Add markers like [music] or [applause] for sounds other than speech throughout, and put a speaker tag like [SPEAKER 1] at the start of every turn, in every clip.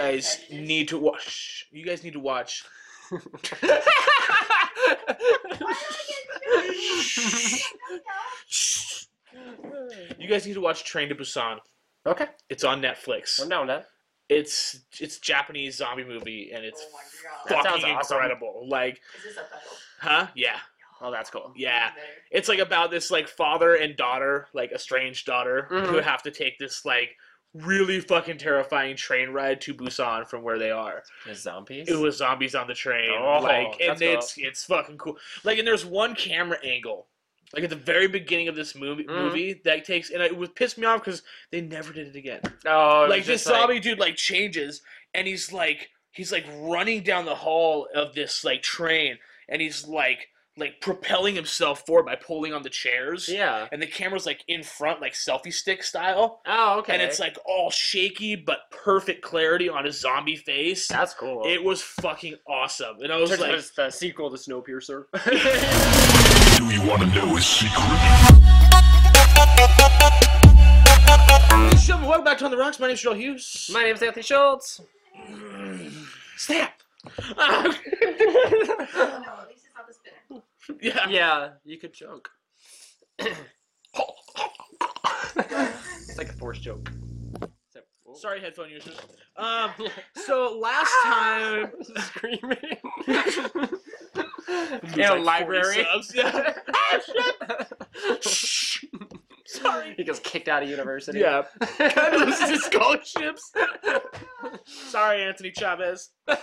[SPEAKER 1] guys need to watch. You guys need to watch. you guys need to watch Train to Busan.
[SPEAKER 2] [laughs] Okay,
[SPEAKER 1] It's on Netflix.
[SPEAKER 2] I'm down with that.
[SPEAKER 1] It's it's Japanese zombie movie and it's
[SPEAKER 3] oh my god.
[SPEAKER 2] That sounds
[SPEAKER 1] fucking
[SPEAKER 2] awesome.
[SPEAKER 1] incredible. Like,
[SPEAKER 3] Is this a battle?
[SPEAKER 1] huh? Yeah.
[SPEAKER 2] Oh, that's cool.
[SPEAKER 1] Yeah.
[SPEAKER 3] There.
[SPEAKER 1] It's like about this like father and daughter, like estranged daughter, who
[SPEAKER 2] Mhm.
[SPEAKER 1] have to take this like really fucking terrifying train ride to Busan from where they are.
[SPEAKER 2] There's zombies.
[SPEAKER 1] It was zombies on the train,
[SPEAKER 2] Oh,
[SPEAKER 1] like, and
[SPEAKER 2] that's cool.
[SPEAKER 1] it's it's fucking cool. Like, and there's one camera angle, like at the very beginning of this movie,
[SPEAKER 2] Mhm.
[SPEAKER 1] movie that takes, and it would piss me off because they never did it again.
[SPEAKER 2] oh, it was
[SPEAKER 1] like this
[SPEAKER 2] just like-
[SPEAKER 1] zombie dude like changes, and he's like he's like running down the hall of this like train, and he's like like propelling himself forward by pulling on the chairs.
[SPEAKER 2] Yeah.
[SPEAKER 1] And the camera's like in front, like selfie stick style,
[SPEAKER 2] Oh, okay.
[SPEAKER 1] and it's like all shaky but perfect clarity on a zombie face.
[SPEAKER 2] that's cool.
[SPEAKER 1] It was fucking awesome, and I was
[SPEAKER 2] Turns out
[SPEAKER 1] like,
[SPEAKER 2] it's the sequel to Snowpiercer.
[SPEAKER 1] [laughs]
[SPEAKER 4] Do you want to know his secret?
[SPEAKER 1] "Gentlemen, welcome back to On the Rocks. My name's Joel Hughes.
[SPEAKER 2] My name's Anthony Schultz. [laughs]
[SPEAKER 1] Snap. [laughs]
[SPEAKER 3] Oh, no, at least it's not the [laughs] spinner.
[SPEAKER 1] yeah.
[SPEAKER 2] yeah, you could joke. [coughs] it's like a forced joke. Except- oh.
[SPEAKER 1] Sorry, headphone users.
[SPEAKER 2] [laughs]
[SPEAKER 1] Um, so last time
[SPEAKER 2] Ah!
[SPEAKER 1] [laughs]
[SPEAKER 2] Screaming.
[SPEAKER 1] There's
[SPEAKER 2] In
[SPEAKER 1] like
[SPEAKER 2] a
[SPEAKER 1] 40
[SPEAKER 2] library.
[SPEAKER 1] subs, [laughs]
[SPEAKER 2] [laughs]
[SPEAKER 1] yeah.
[SPEAKER 2] He gets kicked out of university. [laughs]
[SPEAKER 1] yeah. Loses his
[SPEAKER 2] Loses
[SPEAKER 1] scholarships. [laughs] Sorry, Anthony Chavez. Did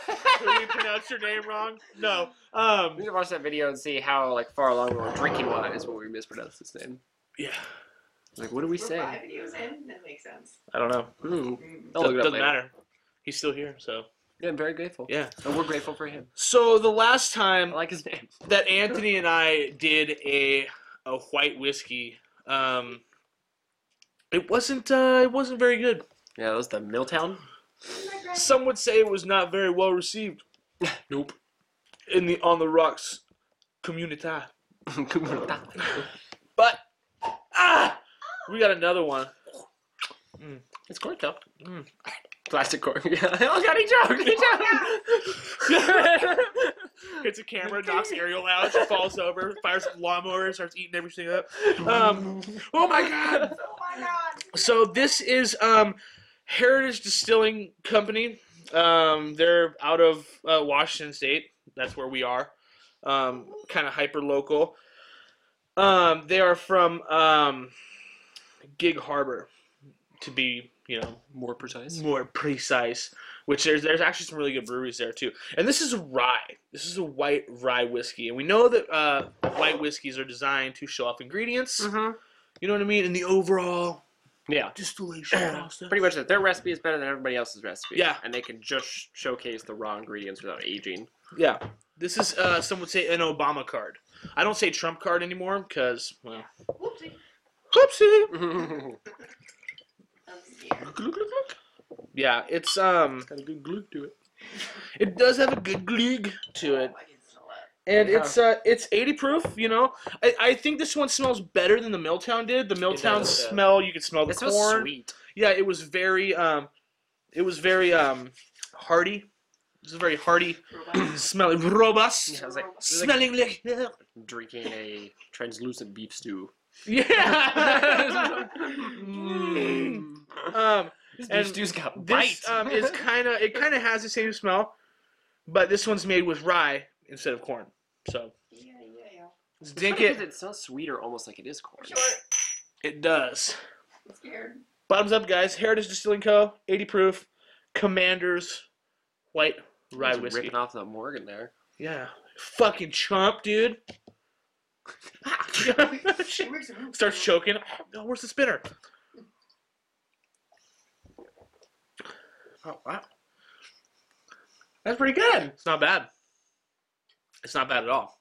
[SPEAKER 1] we pronounce your name wrong? No.
[SPEAKER 2] [laughs] We need
[SPEAKER 1] Um.
[SPEAKER 2] to watch that video and see how like far along we were drinking wise when we mispronounced his name.
[SPEAKER 1] Yeah.
[SPEAKER 2] Like, what do we
[SPEAKER 3] We're
[SPEAKER 2] say?
[SPEAKER 3] five videos in. That makes sense.
[SPEAKER 1] I don't know.
[SPEAKER 2] Hmm.
[SPEAKER 3] Mm.
[SPEAKER 2] I'll look it up
[SPEAKER 1] doesn't
[SPEAKER 2] later.
[SPEAKER 1] matter. He's still here, so
[SPEAKER 2] Yeah, I'm very grateful.
[SPEAKER 1] yeah.
[SPEAKER 2] And we're grateful for him.
[SPEAKER 1] So the last
[SPEAKER 2] I
[SPEAKER 1] time
[SPEAKER 2] like his name.
[SPEAKER 1] that Anthony and I did a a white whiskey, um, it wasn't uh, it wasn't very good.
[SPEAKER 2] Yeah, that was the Milltown.
[SPEAKER 1] Some would say it was not very well received
[SPEAKER 2] Nope.
[SPEAKER 1] in the on the rocks community. But ah, we got another one.
[SPEAKER 2] [laughs] it's corn cup.
[SPEAKER 1] Mm.
[SPEAKER 2] Plastic corn. [laughs] Yeah. Oh god, he joked.
[SPEAKER 1] [laughs]
[SPEAKER 2] He joked.
[SPEAKER 1] Hits a camera, knocks Ariel out, she falls over, fires a lawnmower, and starts eating everything up. Um, oh my god!
[SPEAKER 3] [laughs] Oh my god.
[SPEAKER 1] So this is um, Heritage Distilling Company. Um, they're out of uh, Washington State. That's where we are. Um, kind of hyper local. Um, they are from um, Gig Harbor, to be you know
[SPEAKER 2] More precise.
[SPEAKER 1] more precise. Which there's there's actually some really good breweries there too. And this is a rye. This is a white rye whiskey, and we know that uh, white whiskeys are designed to show off ingredients.
[SPEAKER 2] Mm-hmm.
[SPEAKER 1] You know what I mean? And the overall
[SPEAKER 2] Yeah.
[SPEAKER 1] [clears throat] distillation process.
[SPEAKER 2] Pretty much it. Their recipe is better than everybody else's recipe.
[SPEAKER 1] Yeah.
[SPEAKER 2] And they can just sh- showcase the raw ingredients
[SPEAKER 1] [laughs]
[SPEAKER 2] without aging.
[SPEAKER 1] Yeah. This is uh, some would say an Obama card. I don't say Trump card anymore because well,
[SPEAKER 3] Whoopsie.
[SPEAKER 1] oopsie.
[SPEAKER 2] it's
[SPEAKER 3] I'm scared.
[SPEAKER 1] Yeah, it's um,
[SPEAKER 2] got a good glue to it.
[SPEAKER 1] it does have a good glug to it,
[SPEAKER 3] Oh, I can smell it.
[SPEAKER 1] and
[SPEAKER 2] Yeah.
[SPEAKER 1] it's uh, it's 80 proof. You know, I, I think this one smells better than the Milltown did. The Milltown
[SPEAKER 2] does, yeah.
[SPEAKER 1] smell, you could smell the
[SPEAKER 2] It
[SPEAKER 1] corn.
[SPEAKER 2] smells sweet.
[SPEAKER 1] Yeah, it was very um, it was very um, hearty. It was a very hearty [clears throat]
[SPEAKER 3] Robot.
[SPEAKER 1] smelling robust.
[SPEAKER 2] I was like, this is like
[SPEAKER 1] Smelling like
[SPEAKER 2] drinking a translucent beef stew. [laughs]
[SPEAKER 1] yeah. [laughs] Mm.
[SPEAKER 2] Mm.
[SPEAKER 1] um,
[SPEAKER 2] This
[SPEAKER 1] And
[SPEAKER 2] beef stew's got bite.
[SPEAKER 1] This
[SPEAKER 2] [laughs]
[SPEAKER 1] um, is kind of it. Kind of has the same smell, but this one's made with rye instead of corn. So
[SPEAKER 3] yeah, yeah, yeah.
[SPEAKER 1] let's dink
[SPEAKER 2] Funny 'cause
[SPEAKER 1] it.
[SPEAKER 2] It smells sweeter, almost like it is corn.
[SPEAKER 3] Short.
[SPEAKER 1] It does.
[SPEAKER 3] I'm
[SPEAKER 1] [laughs]
[SPEAKER 3] scared.
[SPEAKER 1] Bottoms up, guys. Heritage Distilling Co. 80 proof, Commanders White Rye
[SPEAKER 2] Just
[SPEAKER 1] Whiskey.
[SPEAKER 2] Ripping off that Morgan there.
[SPEAKER 1] Yeah, fucking chump, dude. [laughs] Starts choking. Oh, where's the spinner?
[SPEAKER 2] Oh wow.
[SPEAKER 1] That's pretty good. It's not bad. It's not bad at all.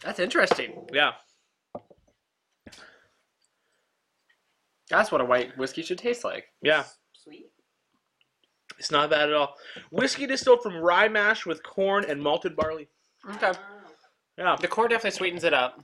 [SPEAKER 2] That's interesting.
[SPEAKER 1] Yeah.
[SPEAKER 2] That's what a white whiskey should taste like.
[SPEAKER 1] Yeah.
[SPEAKER 3] Sweet.
[SPEAKER 1] It's not bad at all. Whiskey distilled from rye mash with corn and malted barley.
[SPEAKER 2] Okay.
[SPEAKER 3] Oh.
[SPEAKER 1] Yeah.
[SPEAKER 2] The corn definitely sweetens it up.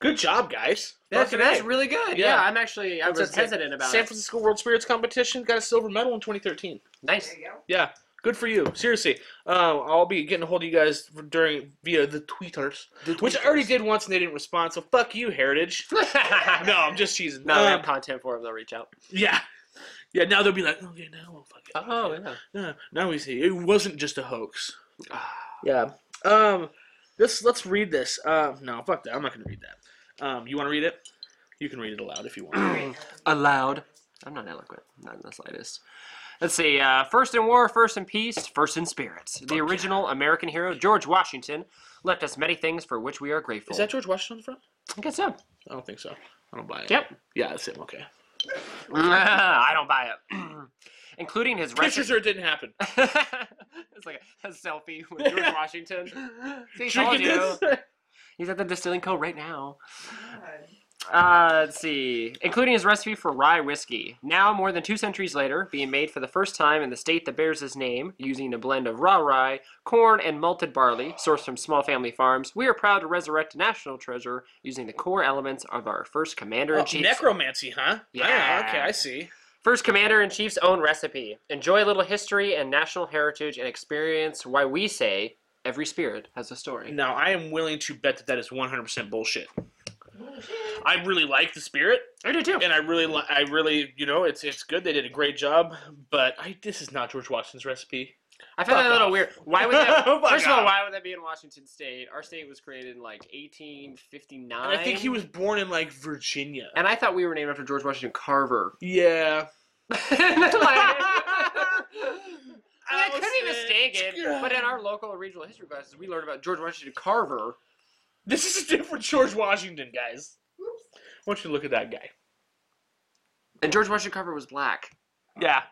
[SPEAKER 1] Good job, guys.
[SPEAKER 2] That's,
[SPEAKER 1] Fucking
[SPEAKER 2] that's
[SPEAKER 1] A.
[SPEAKER 2] really good.
[SPEAKER 1] Yeah.
[SPEAKER 2] Yeah, I'm actually I
[SPEAKER 1] That's
[SPEAKER 2] was
[SPEAKER 1] it.
[SPEAKER 2] hesitant about
[SPEAKER 1] San
[SPEAKER 2] it.
[SPEAKER 1] Francisco World Spirits Competition got a silver medal in 2013.
[SPEAKER 2] Nice.
[SPEAKER 1] [clears throat]
[SPEAKER 3] There you go.
[SPEAKER 1] Yeah, good for you. Seriously, um, I'll be getting a hold of you guys during via the tweeters, which I already did once and they didn't respond. So fuck you, [laughs] Heritage.
[SPEAKER 2] no,
[SPEAKER 1] no, I'm just cheesing.
[SPEAKER 2] they have
[SPEAKER 1] Um,
[SPEAKER 2] content for them. They'll reach out.
[SPEAKER 1] yeah, yeah. Now they'll be like, okay, now we'll fuck it.
[SPEAKER 2] Oh yeah.
[SPEAKER 1] Yeah, now we see it wasn't just a [sighs] hoax.
[SPEAKER 2] Ah,
[SPEAKER 1] Yeah. Um, this let's read this. Um, no, fuck that. I'm not gonna read that. Um, you want to read it? You can read it aloud if you want. [clears throat]
[SPEAKER 3] Great.
[SPEAKER 2] Allowed. I'm not eloquent. Not in the slightest. Let's see. Uh, first in war, first in peace, first in spirits. The original American hero George Washington left us many things for which we are grateful.
[SPEAKER 1] Is that George Washington on the front?
[SPEAKER 2] I guess so. [laughs]
[SPEAKER 1] I don't think so. I don't buy it.
[SPEAKER 2] Yep.
[SPEAKER 1] Yeah, that's him. Okay.
[SPEAKER 2] I don't buy it. [clears throat] Including his
[SPEAKER 1] Pictures
[SPEAKER 2] righteous.
[SPEAKER 1] or it didn't happen.
[SPEAKER 2] [laughs] it's like a, a selfie
[SPEAKER 1] [laughs]
[SPEAKER 2] with George Washington. See, told
[SPEAKER 1] Drinking
[SPEAKER 2] you.
[SPEAKER 1] this.
[SPEAKER 2] He's at the distilling co right now.
[SPEAKER 3] God.
[SPEAKER 2] Uh, let's see. Including his recipe for rye whiskey. Now, more than two centuries later, being made for the first time in the state that bears his name, using a blend of raw rye, corn, and malted barley, sourced from small family farms, we are proud to resurrect a national treasure using the core elements of our first commander
[SPEAKER 1] Oh,
[SPEAKER 2] in chief's
[SPEAKER 1] necromancy, huh? Ah,
[SPEAKER 2] Yeah.
[SPEAKER 1] okay, I see.
[SPEAKER 2] First Commander in Chief's own recipe. Enjoy a little history and national heritage and experience why we say every spirit has a story.
[SPEAKER 1] Now I am willing to bet that that is 100% bullshit.
[SPEAKER 3] Oh, Bullshit.
[SPEAKER 1] I really like the spirit,
[SPEAKER 2] I do too.
[SPEAKER 1] and I really, li- I really, you know, it's it's good. They did a great job, but I this is not George Washington's recipe.
[SPEAKER 2] I found that a little
[SPEAKER 1] off.
[SPEAKER 2] weird. Why would that?
[SPEAKER 1] Fuck
[SPEAKER 2] first of all,
[SPEAKER 1] off. [laughs]
[SPEAKER 2] why would that be in Washington State? Our state was created in like 1859.
[SPEAKER 1] And I think he was born in like Virginia.
[SPEAKER 2] And I thought we were named after George Washington Carver. [laughs]
[SPEAKER 1] Yeah.
[SPEAKER 2] Like-
[SPEAKER 1] [laughs]
[SPEAKER 2] I, mean, I could be
[SPEAKER 1] Allison.
[SPEAKER 2] mistaken, but in our local and regional history classes, we learned about George Washington Carver.
[SPEAKER 1] This is a different George Washington, guys.
[SPEAKER 3] Oops.
[SPEAKER 1] Why don't you look at that guy?
[SPEAKER 2] And George Washington Carver was black.
[SPEAKER 1] Yeah.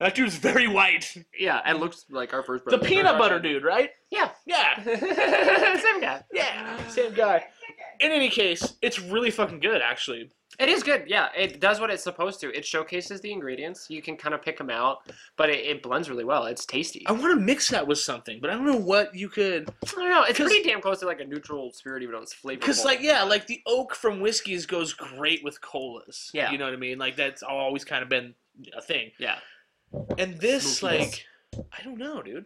[SPEAKER 1] That dude's very white.
[SPEAKER 2] Yeah, and looked like our first
[SPEAKER 1] The
[SPEAKER 2] brother.
[SPEAKER 1] peanut butter dude, right?
[SPEAKER 2] Yeah.
[SPEAKER 1] Yeah.
[SPEAKER 2] [laughs] Same guy.
[SPEAKER 1] [laughs] Yeah. Same guy.
[SPEAKER 3] Okay.
[SPEAKER 1] In any case, it's really fucking good, actually.
[SPEAKER 2] It is good. Yeah, it does what it's supposed to. It showcases the ingredients. You can kind of pick them out, but it, it blends really well. It's tasty.
[SPEAKER 1] I want to mix that with something, but I don't know what you could.
[SPEAKER 2] I don't know. It's
[SPEAKER 1] 'Cause-
[SPEAKER 2] pretty damn close to like a neutral spirit, even though it's flavorful.
[SPEAKER 1] Because, like, yeah, like the oak from whiskeys goes great with colas.
[SPEAKER 2] Yeah.
[SPEAKER 1] You know what I mean? Like, that's always kind of been a thing.
[SPEAKER 2] yeah.
[SPEAKER 1] And this,
[SPEAKER 2] Smokiness.
[SPEAKER 1] like, I don't know, dude.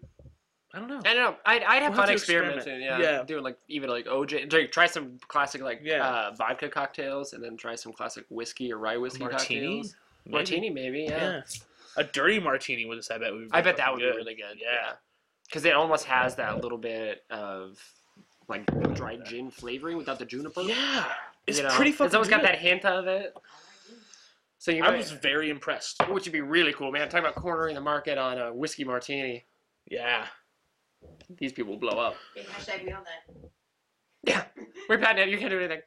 [SPEAKER 1] I don't know.
[SPEAKER 2] I don't know. I'd, I'd have
[SPEAKER 1] We'll have
[SPEAKER 2] fun
[SPEAKER 1] to experiment.
[SPEAKER 2] experimenting. Yeah.
[SPEAKER 1] Yeah.
[SPEAKER 2] Doing like even like OJ, drink, try some classic like
[SPEAKER 1] Yeah.
[SPEAKER 2] uh, vodka cocktails, and then try some classic whiskey or rye whiskey
[SPEAKER 1] Martini?
[SPEAKER 2] cocktails.
[SPEAKER 1] Maybe.
[SPEAKER 2] Martini, maybe. Yeah.
[SPEAKER 1] Yeah. A dirty martini with this, I bet would be
[SPEAKER 2] I bet that
[SPEAKER 1] fucking
[SPEAKER 2] would
[SPEAKER 1] good.
[SPEAKER 2] be really good.
[SPEAKER 1] Yeah.
[SPEAKER 2] Because it almost has that little bit of like dried gin flavoring without the juniper.
[SPEAKER 1] Yeah, it's
[SPEAKER 2] you know?
[SPEAKER 1] pretty fucking.
[SPEAKER 2] It's always got
[SPEAKER 1] good.
[SPEAKER 2] that hint of it. So you
[SPEAKER 1] I
[SPEAKER 2] might,
[SPEAKER 1] was very impressed.
[SPEAKER 2] which would be really cool, man. Talking about cornering the market on a whiskey martini.
[SPEAKER 1] Yeah,
[SPEAKER 2] These people will blow up.
[SPEAKER 3] Hey, hashtag me on that.
[SPEAKER 2] Yeah. We're patented. You can't do [laughs] anything.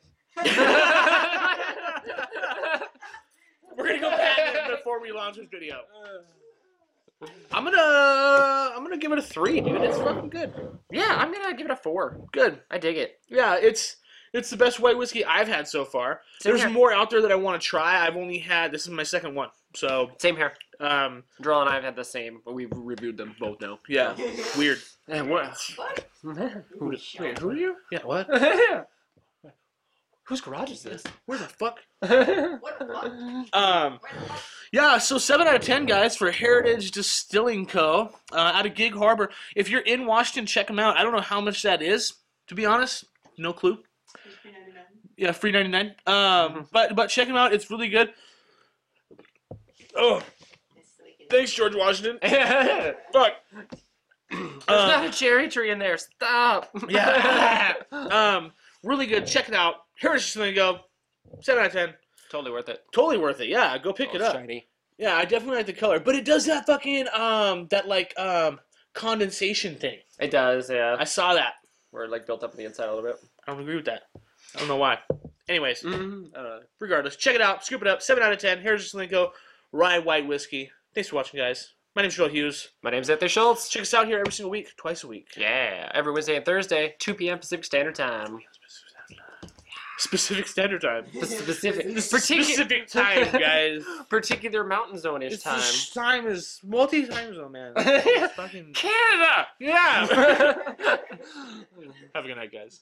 [SPEAKER 1] we're [laughs] gonna go patent it before we launch this video. [sighs] I'm gonna, I'm gonna give it a three, dude. It's fucking good.
[SPEAKER 2] yeah, I'm gonna give it a four.
[SPEAKER 1] Good.
[SPEAKER 2] I dig it.
[SPEAKER 1] Yeah, it's it's the best white whiskey I've had so far.
[SPEAKER 2] Same
[SPEAKER 1] There's
[SPEAKER 2] here.
[SPEAKER 1] more out there that I want to try. I've only had this is my second one, so
[SPEAKER 2] Same here.
[SPEAKER 1] um,
[SPEAKER 2] Drill and I have had the same, but we've reviewed them both now.
[SPEAKER 1] yeah, weird.
[SPEAKER 2] And what?
[SPEAKER 3] What?
[SPEAKER 2] [laughs] who, wait, who are you?
[SPEAKER 1] Yeah, what?
[SPEAKER 2] [laughs] Whose garage is [laughs] this?
[SPEAKER 1] Where the fuck?
[SPEAKER 3] What the fuck?
[SPEAKER 1] Um,
[SPEAKER 3] Where the fuck?
[SPEAKER 1] Yeah, so seven out of ten guys for Heritage Distilling Co. Uh, out of Gig Harbor. If you're in Washington, check them out. I don't know how much that is, to be honest. No clue. Yeah, free ninety nine.
[SPEAKER 2] Mm-hmm.
[SPEAKER 1] Um, but but check them out. It's really good. Oh, thanks, George Washington.
[SPEAKER 2] There's
[SPEAKER 1] Fuck.
[SPEAKER 2] not
[SPEAKER 1] Um,
[SPEAKER 2] a cherry tree in there. Stop.
[SPEAKER 1] Yeah. [laughs] um, really good. Check it out. Heritage Distilling Co. Seven out of ten.
[SPEAKER 2] [laughs] totally worth it.
[SPEAKER 1] Totally worth it. Yeah, go pick
[SPEAKER 2] Oh,
[SPEAKER 1] it up.
[SPEAKER 2] Shiny.
[SPEAKER 1] Yeah, I definitely like the color, but it does that fucking um that like um condensation thing.
[SPEAKER 2] It does, yeah.
[SPEAKER 1] I saw that.
[SPEAKER 2] We're like built up on the inside a little bit.
[SPEAKER 1] I don't agree with that. I don't know why. Anyways,
[SPEAKER 2] Mm-hmm. I don't know.
[SPEAKER 1] regardless, check it out. Scoop it up. 7 out of 10. Heritage Linko, Rye White Whiskey. Thanks for watching, guys. My name's Joel Hughes.
[SPEAKER 2] My name's Anthony Schultz.
[SPEAKER 1] Check us out here every single week, twice a week. [laughs]
[SPEAKER 2] Yeah, every Wednesday and Thursday, 2 p.m. Pacific Standard Time.
[SPEAKER 1] Specific standard time.
[SPEAKER 2] The specific, particu-
[SPEAKER 1] Specific time,
[SPEAKER 2] [laughs]
[SPEAKER 1] guys.
[SPEAKER 2] particular mountain zone ish
[SPEAKER 1] It's
[SPEAKER 2] time.
[SPEAKER 1] this time is multi time zone, man. It's fucking...
[SPEAKER 2] Canada!
[SPEAKER 1] Yeah. [laughs]
[SPEAKER 2] Yeah! [laughs]
[SPEAKER 1] Have a good night, guys.